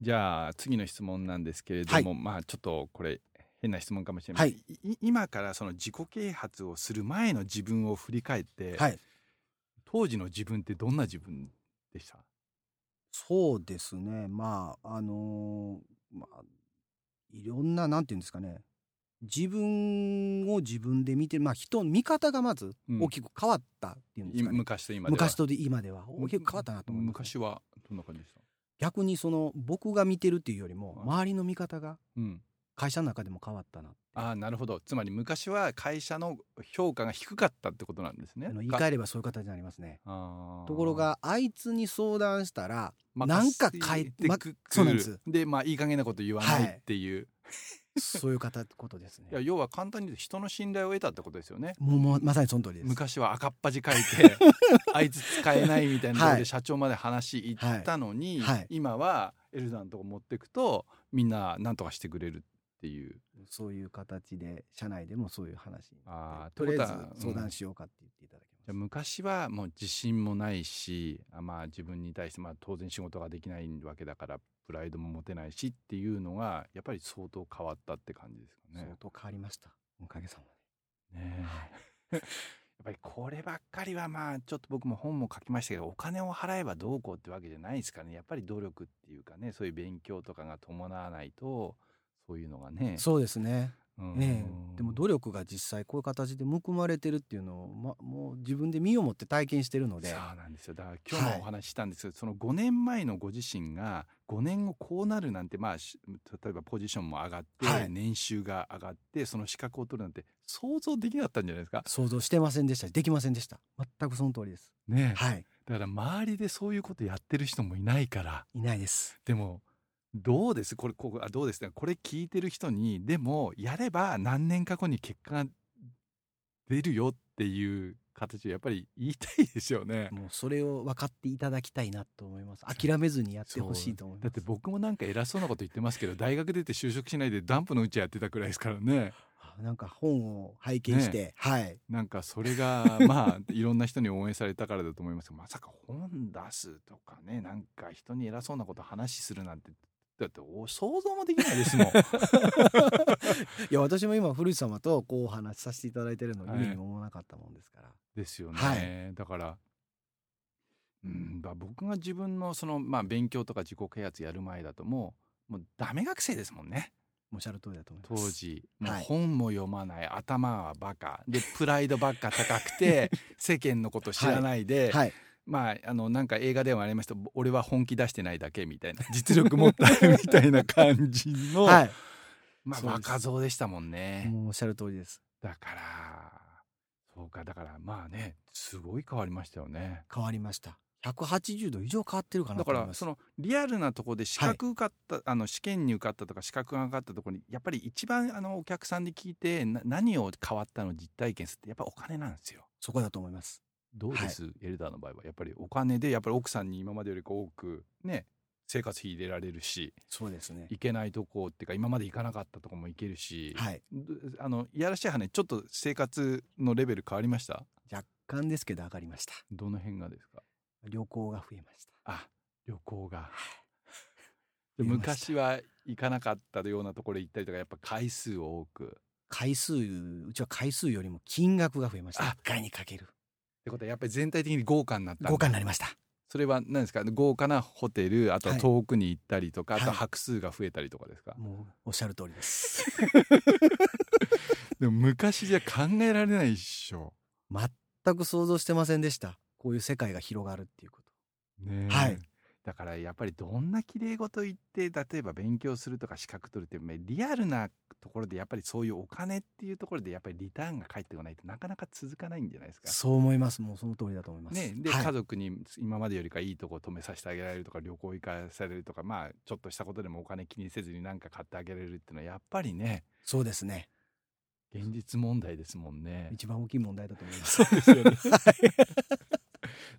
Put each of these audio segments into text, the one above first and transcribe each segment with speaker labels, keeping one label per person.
Speaker 1: じゃあ次の質問なんですけれども、まあちょっとこれ変な質問かもしれません、、
Speaker 2: はい
Speaker 1: 今からその自己啓発をする前の自分を振り返って、
Speaker 2: はい。
Speaker 1: 当時の自分ってどんな自分でした
Speaker 2: そうですね。まあ、あのーまあ、いろんな、なんていうんですかね。自分を自分で見て、まあ、人、見方がまず
Speaker 1: うん
Speaker 2: 大きく変わったっていうんですかね。
Speaker 1: 昔と今では
Speaker 2: 昔とで今では大きく変わったなと思います、
Speaker 1: 昔はどんな感じでした
Speaker 2: 逆にその僕が見てるっていうよりも
Speaker 1: はい
Speaker 2: 周りの見方が
Speaker 1: うん
Speaker 2: 会社の中でも変わったな
Speaker 1: ああなるほどつまり昔は会社の評価が低かったってことなんですね
Speaker 2: あの言い換えればそういう形になりますね
Speaker 1: あー
Speaker 2: ところがあいつに相談したらな
Speaker 1: 任
Speaker 2: ん
Speaker 1: せ
Speaker 2: か変えて
Speaker 1: く
Speaker 2: ま
Speaker 1: くる
Speaker 2: そうなんです
Speaker 1: でまあいい加減なこと言わないっていう、
Speaker 2: そういう方ことですね
Speaker 1: いや要は簡単に言うと人の信頼を得たってことですよね
Speaker 2: もうもうまさにその通りです
Speaker 1: 昔は赤っ恥書い てあいつ使えないみたいなところ
Speaker 2: は
Speaker 1: で
Speaker 2: い
Speaker 1: 社長まで話行ったのに、
Speaker 2: はいはい
Speaker 1: 今はエルダのとこ持ってくとみんな何とかしてくれるっていう
Speaker 2: そういう形で社内でもそういう話にな
Speaker 1: あ
Speaker 2: っ
Speaker 1: ー
Speaker 2: てとりあえ
Speaker 1: ってことは
Speaker 2: ず相談しようかって言っていただき
Speaker 1: じゃあ
Speaker 2: ま
Speaker 1: 昔はもう自信もないしあまあ自分に対してまあ当然仕事ができないわけだからプライドも持てないしっていうのがやっぱり相当変わったって感じですか
Speaker 2: す、
Speaker 1: ね
Speaker 2: 相。当変わりましたおかげさまで
Speaker 1: ねえ やっぱりこればっかりはまあちょっと僕も本も書きましたけどお金を払えばどうこうってわけじゃないですからねやっぱり努力っていうかねそういう勉強とかが伴わないとそういうのがね。
Speaker 2: そうですね
Speaker 1: うん
Speaker 2: ねえでも努力が実際こういう形で報われてるっていうのを、ま、もう自分で身をもって体験してるので
Speaker 1: そうなんですよだから今日
Speaker 2: は
Speaker 1: も
Speaker 2: い
Speaker 1: お話ししたんですけど、その5年前のご自身が5年後こうなるなんてまあし例えばポジションも上がって、
Speaker 2: はい
Speaker 1: 年収が上がってその資格を取るなんて想像できなかったんじゃないですか。
Speaker 2: 想像してませんでしたしできませんでした全くその通りです
Speaker 1: ねえ
Speaker 2: はい
Speaker 1: だから周りでそういうことやってる人もいないから
Speaker 2: いないです
Speaker 1: でもどうですこれここあどうですねこれ聞いてる人にでもやれば何年か後に結果が出るよっていう形をやっぱり言いたいでしょうね。
Speaker 2: もうそれを分かっていただきたいなと思います諦めずにやってほしいと思います
Speaker 1: だって僕もなんか偉そうなこと言ってますけど大学出て就職しないでダンプのうちやってたくらいですからね
Speaker 2: あなんか本を拝見して、はい
Speaker 1: なんかそれが まあいろんな人に応援されたからだと思いますけどまさか本出すとかねなんか人に偉そうなこと話しするなんてだってお想像もできないですもん
Speaker 2: いや私も今古市様とこうお話しさせていただいてるのを
Speaker 1: はい
Speaker 2: 夢にも思わなかったもんですから、
Speaker 1: ですよね、
Speaker 2: は
Speaker 1: だからうんまあ僕が自分のその、まあ、勉強とか自己啓発やる前だともうもうダメ学生ですもんね
Speaker 2: おっしゃる通りだと思い
Speaker 1: 当
Speaker 2: ます
Speaker 1: 時もう
Speaker 2: はい
Speaker 1: 本も読まない、頭はバカでプライドばっか高く て世間のこと知らないで、
Speaker 2: はい
Speaker 1: まああのなんか映画でもありました「俺は本気出してないだけ」みたいな実力持った みたいな感じの、
Speaker 2: はい、
Speaker 1: まあ
Speaker 2: そうです
Speaker 1: 若造でしたもんね、
Speaker 2: もうおっしゃる通りです
Speaker 1: だからそうかだからまあねすごい変わりましたよね。
Speaker 2: 変わりました180度以上変わってるかな
Speaker 1: だ
Speaker 2: と
Speaker 1: か
Speaker 2: 思い
Speaker 1: ら
Speaker 2: ます
Speaker 1: そのリアルなところで資格受かった、あの試験に受かったとか資格が上がったところにやっぱり一番あのお客さんで聞いてな何を変わったの実体験するってやっぱお金なんですよ。
Speaker 2: そこだと思います
Speaker 1: どうです、エルダーの場合はやっぱりお金でやっぱり奥さんに今までよりこう多くね生活費入れられるし
Speaker 2: そうですね
Speaker 1: 行けないとこっていうか今まで行かなかったとこも行けるし、
Speaker 2: はい
Speaker 1: どあのいやらしい話ちょっと生活のレベル変わりました
Speaker 2: 若干ですけど上がりました
Speaker 1: どの辺がですか
Speaker 2: 旅行が増えました
Speaker 1: あ旅行 が
Speaker 2: 増えました
Speaker 1: 昔は行かなかったようなところへ行ったりとかやっぱ回数を多くっ
Speaker 2: 回数うちは回数よりも金額が増えました
Speaker 1: あ
Speaker 2: 1回にかける
Speaker 1: てことはやっぱり全体的に豪華になったんだ
Speaker 2: 豪華になりました
Speaker 1: それは何ですか豪華なホテルあとは
Speaker 2: はい
Speaker 1: 遠くに行ったりとか、あと
Speaker 2: は
Speaker 1: はい泊数が増えたりとかですか、
Speaker 2: もうおっしゃる通りです
Speaker 1: でも昔じゃ考えられないっしょ。
Speaker 2: 全く想像してませんでしたこういう世界が広がるっていうこと
Speaker 1: ねえ
Speaker 2: はい
Speaker 1: だからやっぱりどんな綺麗事言って例えば勉強するとか資格取るってリアルなところでやっぱりそういうお金っていうところでやっぱりリターンが返ってこないとなかなか続かないんじゃないですか。
Speaker 2: そう思いますもうその通りだと思います
Speaker 1: ね、で、
Speaker 2: はい
Speaker 1: 家族に今までよりかいいとこ止めさせてあげられるとか旅行行かされるとかまあちょっとしたことでもお金気にせずに何か買ってあげられるっていうのはやっぱりね
Speaker 2: そうですね
Speaker 1: 現実問題ですもんね。
Speaker 2: 一番大きい問題だと思いま
Speaker 1: そう
Speaker 2: す
Speaker 1: ですよね。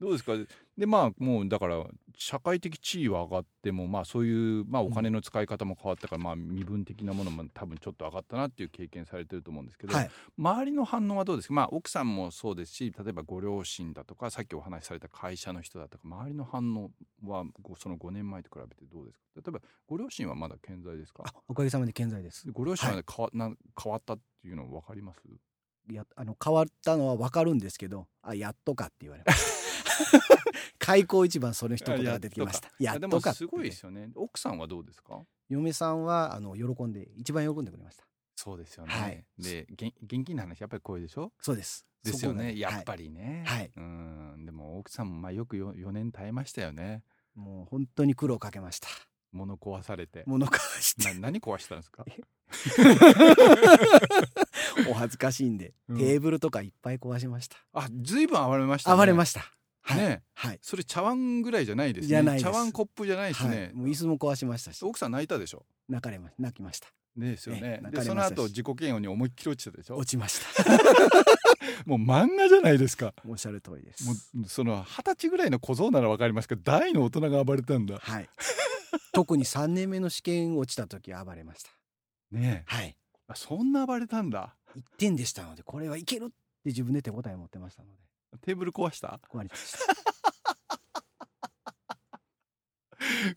Speaker 1: どうですかでまあもうだから社会的地位は上がってもまあそういう、まあ、お金の使い方も変わったから、まあ身分的なものも多分ちょっと上がったなっていう経験されてると思うんですけど、
Speaker 2: はい
Speaker 1: 周りの反応はどうですか、まあ、奥さんもそうですし例えばご両親だとかさっきお話しされた会社の人だとか周りの反応はごその5年前と比べてどうですか例えばご両親はまだ健在ですか
Speaker 2: あおかげさまで健在です
Speaker 1: ご両親は変わ,、な変わったっていうの分かります
Speaker 2: いやあの変わったのは分かるんですけどあやっとかって言われました 開口一番その一言が出てきましたやっ
Speaker 1: で
Speaker 2: と
Speaker 1: も
Speaker 2: かって
Speaker 1: すごいですよね奥さんはどうですか
Speaker 2: 嫁さんはあの喜んで一番喜んでくれました
Speaker 1: そうですよ
Speaker 2: はい
Speaker 1: で現現金の話やっぱりこれでしょ
Speaker 2: そうです
Speaker 1: ですよね、
Speaker 2: そこが
Speaker 1: やっぱりね。
Speaker 2: はい
Speaker 1: うん、でも奥さんもまあよくよ4年耐えましたよね。
Speaker 2: はいもう本当に苦労かけま した
Speaker 1: 物壊されて。
Speaker 2: 物かして
Speaker 1: な何壊したんです か
Speaker 2: お恥ずかしいんで、
Speaker 1: うん
Speaker 2: テーブルとかいっぱい壊しました
Speaker 1: あ、ずいぶん暴れましたね。
Speaker 2: 暴れましたはい、
Speaker 1: ね
Speaker 2: はい
Speaker 1: それ茶碗ぐらいじゃないですね。
Speaker 2: じゃないです
Speaker 1: 茶碗コップじゃないです
Speaker 2: は
Speaker 1: ね
Speaker 2: い、。もう椅子も壊しましたし
Speaker 1: 奥さん泣いたでしょ。
Speaker 2: 泣かれま泣きました
Speaker 1: ですよね
Speaker 2: ええ。
Speaker 1: で、
Speaker 2: 泣
Speaker 1: そ
Speaker 2: かれ
Speaker 1: の
Speaker 2: ましたし
Speaker 1: 後自己嫌悪に思いっきり落ちたでしょ
Speaker 2: 落。ちました
Speaker 1: もう漫画じゃないですか。
Speaker 2: おっしゃる通りです
Speaker 1: もうその二十歳ぐらいの小僧ならわかりますけど、大の大人が暴れたんだ。
Speaker 2: はい特に3年目の試験落ちた時暴れました
Speaker 1: ねえ
Speaker 2: はい
Speaker 1: あそんな暴れたんだ。
Speaker 2: 1点でしたのでこれはいけるって自分で手応え持ってましたので
Speaker 1: テーブル壊した
Speaker 2: 終わり ました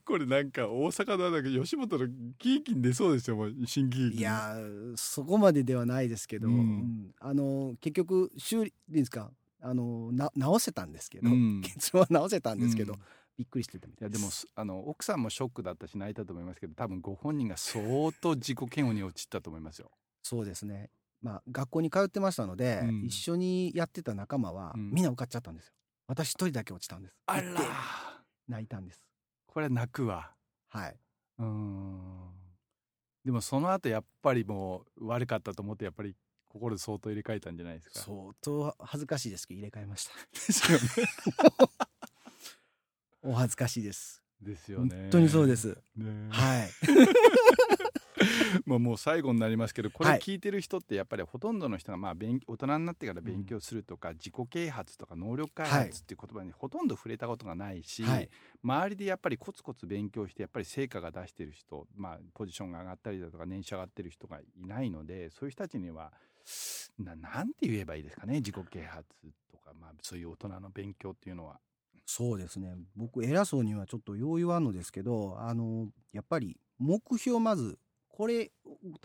Speaker 1: これなんか大阪のなんか吉本の喜劇に出そうですよもう新喜劇
Speaker 2: いやーそこまでではないですけど、
Speaker 1: うん
Speaker 2: うんあの結局修理でいいですかあのな直せたんですけど、
Speaker 1: うん
Speaker 2: 結論は直せたんですけど、
Speaker 1: うん
Speaker 2: びっくりしてたみ
Speaker 1: い
Speaker 2: た
Speaker 1: や
Speaker 2: い
Speaker 1: で
Speaker 2: です
Speaker 1: もすあの奥さんもショックだったし泣いたと思いますけど多分ご本人が相当自己嫌悪に陥ったと思いますよ。
Speaker 2: そうですねまあ学校に通ってましたので、
Speaker 1: うん
Speaker 2: 一緒にやってた仲間は、
Speaker 1: うん
Speaker 2: みんな受かっちゃったんですよ私一人だけ落ちたんです
Speaker 1: 痛
Speaker 2: 痛い
Speaker 1: え
Speaker 2: 泣いたんです
Speaker 1: これは泣くわ。
Speaker 2: はい、
Speaker 1: うーんでもその後やっぱりもう悪かったと思ってやっぱり心相当入れ替えたんじゃないですか。
Speaker 2: 相当恥ずかしいですけど入れ替えま した
Speaker 1: ですよね。
Speaker 2: お恥ずかしいです
Speaker 1: ですよ
Speaker 2: 本
Speaker 1: ね。
Speaker 2: 当にそうで。す
Speaker 1: ね
Speaker 2: はい
Speaker 1: まあもう最後になりますけどこれ
Speaker 2: はい
Speaker 1: 聞いてる人ってやっぱりほとんどの人がまあ勉大人になってから勉強するとか、自己啓発とか能力開
Speaker 2: はい
Speaker 1: 発っていう言葉にほとんど触れたことがないし、
Speaker 2: はい
Speaker 1: 周りでやっぱりコツコツ勉強してやっぱり成果が出してる人、まあ、ポジションが上がったりだとか年収上がってる人がいないのでそういう人たちにはななんて言えばいいですかね自己啓発とか、まあ、そういう大人の勉強っていうのは。
Speaker 2: そうですね僕偉そうにはちょっと用意はあるのですけどあのやっぱり目標まずこれ例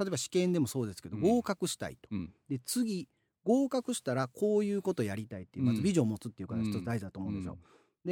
Speaker 2: えば試験でもそうですけど、
Speaker 1: うん
Speaker 2: 合格したいと、
Speaker 1: うん
Speaker 2: で次合格したらこういうことやりたいっていうまずビジョンを持つっていうから一つ大事だと思うんです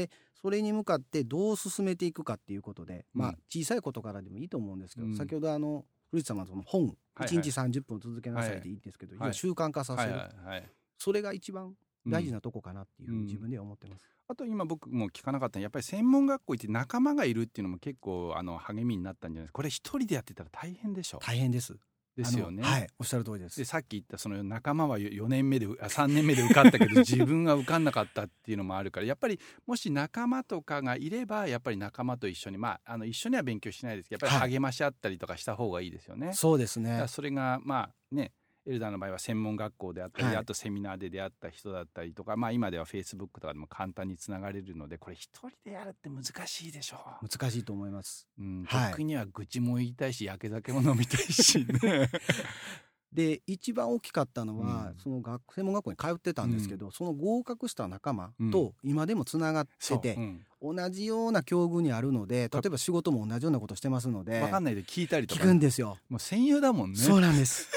Speaker 2: よ、それに向かってどう進めていくかっていうことで、ま
Speaker 1: う
Speaker 2: あ
Speaker 1: ん
Speaker 2: 小さいことからでもいいと思うんですけど、
Speaker 1: うん
Speaker 2: 先ほどあの古市さんがその本
Speaker 1: はいはい
Speaker 2: 1日30分続けなさいでいいんですけど、
Speaker 1: はいはい
Speaker 2: 要は習慣化さ
Speaker 1: は
Speaker 2: せ
Speaker 1: い
Speaker 2: る、
Speaker 1: はいはい
Speaker 2: それが一番
Speaker 1: うん
Speaker 2: 大事なとこかなっていうふう
Speaker 1: うん
Speaker 2: に自分では思ってます。
Speaker 1: あと今僕も聞かなかったのはやっぱり専門学校行って仲間がいるっていうのも結構あの励みになったんじゃないですかこれ一人でやってたら大変でしょ
Speaker 2: 大変です。
Speaker 1: ですよね、
Speaker 2: あのはい、おっしゃる通りです
Speaker 1: で。さっき言ったその仲間は4年目であ3年目で受かったけ ど自分は受かんなかったっていうのもあるからやっぱりもし仲間とかがいればやっぱり仲間と一緒にまああの一緒には勉強しないですけどやっぱ
Speaker 2: はい
Speaker 1: り励まし合ったりとかした方がいいですよね。
Speaker 2: そうです
Speaker 1: だか
Speaker 2: ね
Speaker 1: ら。それがまあねエルダーの場合は専門学校であったり、
Speaker 2: はい
Speaker 1: あとセミナーで出会った人だったりとか、まあ、今ではフェイスブックとかでも簡単につながれるのでこれ一人でやるって難しいでしょう、
Speaker 2: 難しいと思います。
Speaker 1: うん
Speaker 2: はい
Speaker 1: 僕には愚痴も言いたいしやけ酒も飲みたいし ね
Speaker 2: で一番大きかったのは、
Speaker 1: うん
Speaker 2: その学専門学校に通ってたんですけど、その合格した仲間
Speaker 1: う
Speaker 2: と今でもつながって
Speaker 1: そう
Speaker 2: て
Speaker 1: う、ん
Speaker 2: 同じような境遇にあるので例えば仕事も同じようなことしてますので
Speaker 1: わかんないで聞いたりと
Speaker 2: 聞
Speaker 1: か
Speaker 2: くんですよ。
Speaker 1: もう戦友だもんね
Speaker 2: そうなん です。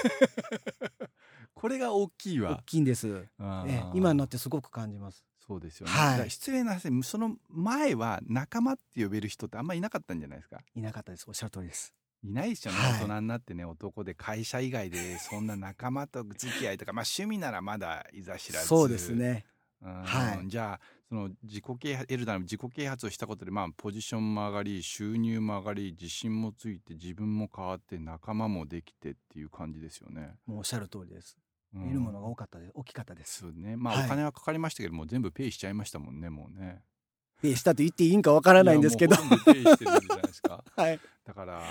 Speaker 1: これが大きい
Speaker 2: 大
Speaker 1: わ
Speaker 2: きいんです。
Speaker 1: あ
Speaker 2: ええ
Speaker 1: ー
Speaker 2: 今になってすごく感じます。
Speaker 1: そうですよね、
Speaker 2: はい
Speaker 1: だから失礼な話その前は仲間って呼べる人ってあんまりいなかったんじゃないですか
Speaker 2: いなかったです。おっしゃる通りです。
Speaker 1: いないですよね、
Speaker 2: はい
Speaker 1: 大人になってね男で会社以外でそんな仲間と付き合いとかまあ趣味ならまだいざ知らず
Speaker 2: そうです、ね。
Speaker 1: うん
Speaker 2: はい
Speaker 1: じゃあその自己啓発エルダーの自己啓発をしたことで、まあ、ポジションも上がり収入も上がり自信もついて自分も変わって仲間もできてっていう感じですよね。
Speaker 2: もうおっしゃる通りです。
Speaker 1: うん
Speaker 2: 見るものが多かったです。大きかったです。
Speaker 1: そうねまあ、
Speaker 2: はい
Speaker 1: お金はかかりましたけどもう全部ペイしちゃいましたもんねもうね。
Speaker 2: ペイしたと言っていいんかわからないんですけど
Speaker 1: い。や もうほとんどペイしてるじゃないですか
Speaker 2: はい。
Speaker 1: だから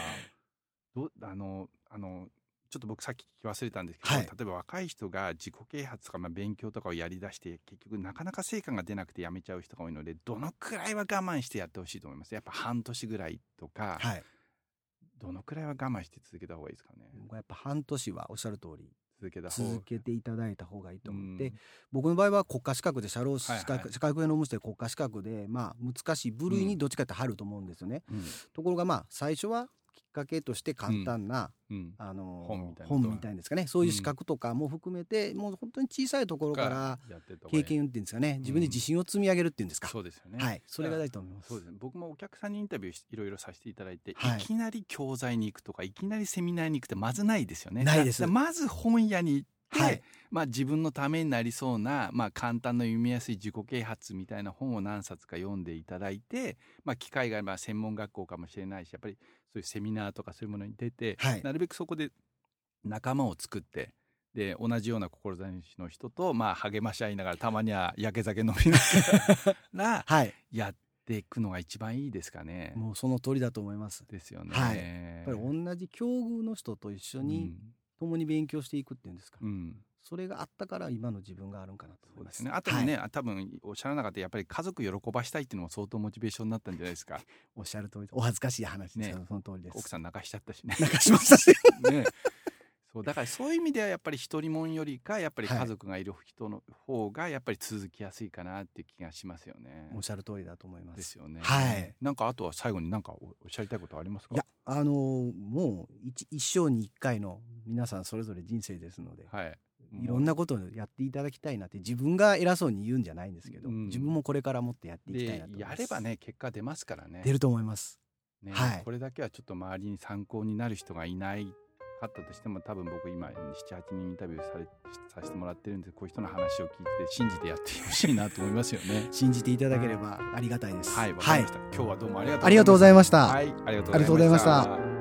Speaker 1: どあのあのちょっと僕さっき聞き忘れたんですけど、
Speaker 2: はい
Speaker 1: 例えば若い人が自己啓発とか、まあ、勉強とかをやりだして結局なかなか成果が出なくてやめちゃう人が多いのでどのくらいは我慢してやってほしいと思いますやっぱ半年ぐらいとか、
Speaker 2: はい。
Speaker 1: どのくらいは我慢して続けた方がいいですかね
Speaker 2: 僕はやっぱ半年はおっしゃる通り
Speaker 1: 続けた方が
Speaker 2: 続けていただいた方がいいと思って、
Speaker 1: うん
Speaker 2: 僕の場合は国家資格で社労士
Speaker 1: はいはい
Speaker 2: 資格、社会保険労務士で国家資格でまあ難しい部類にどっちかって入ると思うんですよね、
Speaker 1: うん
Speaker 2: ところがまあ最初はきっかけとして簡単な、
Speaker 1: うん
Speaker 2: あのー
Speaker 1: 本みたいな
Speaker 2: 本みたいですかねそういう資格とかも含めて、もう本当に小さいところから
Speaker 1: やってった方がいい
Speaker 2: 経験っていうんですかね自分で自信を積み上げるっていうんですか、
Speaker 1: そうですよね、
Speaker 2: はいそれが大事と思います
Speaker 1: そうですね、僕もお客さんにインタビューしいろいろさせていただいて、
Speaker 2: はい
Speaker 1: い、きなり教材に行くとかいきなりセミナーに行くってまずないですよね。
Speaker 2: ないです
Speaker 1: だまず本屋に行って、
Speaker 2: はい
Speaker 1: まあ、自分のためになりそうな、まあ、簡単な読みやすい自己啓発みたいな本を何冊か読んでいただいて、まあ、機会があれば専門学校かもしれないしやっぱりそういうセミナーとかそういうものに出て、
Speaker 2: はい
Speaker 1: なるべくそこで仲間を作って。で同じような志の人と、まあ、励まし合いながらたまにはやけ酒飲みなが ら
Speaker 2: はい
Speaker 1: やっていくのが一番いいですかね。
Speaker 2: もうその通りだと思います
Speaker 1: ですよね。
Speaker 2: はい
Speaker 1: や
Speaker 2: やっぱり同じ境遇の人と一緒に共に勉強していくっていうんですか、
Speaker 1: うん、うん
Speaker 2: それがあったから今の自分があるんかなと
Speaker 1: そ
Speaker 2: 思いうま
Speaker 1: ですすね。あとね、
Speaker 2: はい
Speaker 1: あ多分おっしゃらなかったやっぱり家族喜ばしたいっていうのも相当モチベーションになったんじゃないですか。
Speaker 2: おっしゃる通りお恥ずかしい話ですけど、
Speaker 1: ね
Speaker 2: その通りです
Speaker 1: 奥さん泣かしちゃったしね。
Speaker 2: 泣かしましたし
Speaker 1: ね。そうだからそういう意味ではやっぱり一人もんよりかやっぱり
Speaker 2: はい
Speaker 1: 家族がいる人の方がやっぱり続きやすいかなっていう気がしますよね
Speaker 2: お。っしゃる通りだと思います
Speaker 1: ですよね。
Speaker 2: はい。
Speaker 1: なんかあとは最後になんかおおっしゃりたいことありますか。
Speaker 2: いやあのーもう一一生に一回の皆さんそれぞれ人生ですので、
Speaker 1: はい。
Speaker 2: い、ろんなことをやっていただきたいなって自分が偉そうに言うんじゃないんですけど、
Speaker 1: うん
Speaker 2: 自分もこれからもっとやっていきたい
Speaker 1: で
Speaker 2: なと思いま
Speaker 1: や
Speaker 2: す
Speaker 1: ればね結果出ますからね。
Speaker 2: 出ると思います
Speaker 1: ね
Speaker 2: はい。
Speaker 1: これだけはちょっと周りに参考になる人がいないかったとしても多分僕今78人インタビューされさせてもらってるんでこういう人の話を聞いて信じてやってほしいなと思いますよね
Speaker 2: 信じていただければありがたいです
Speaker 1: はいわかりました、今日はどうもありがとう
Speaker 2: ありがとうございました
Speaker 1: はいありがとう
Speaker 2: ありがとうございました
Speaker 1: た。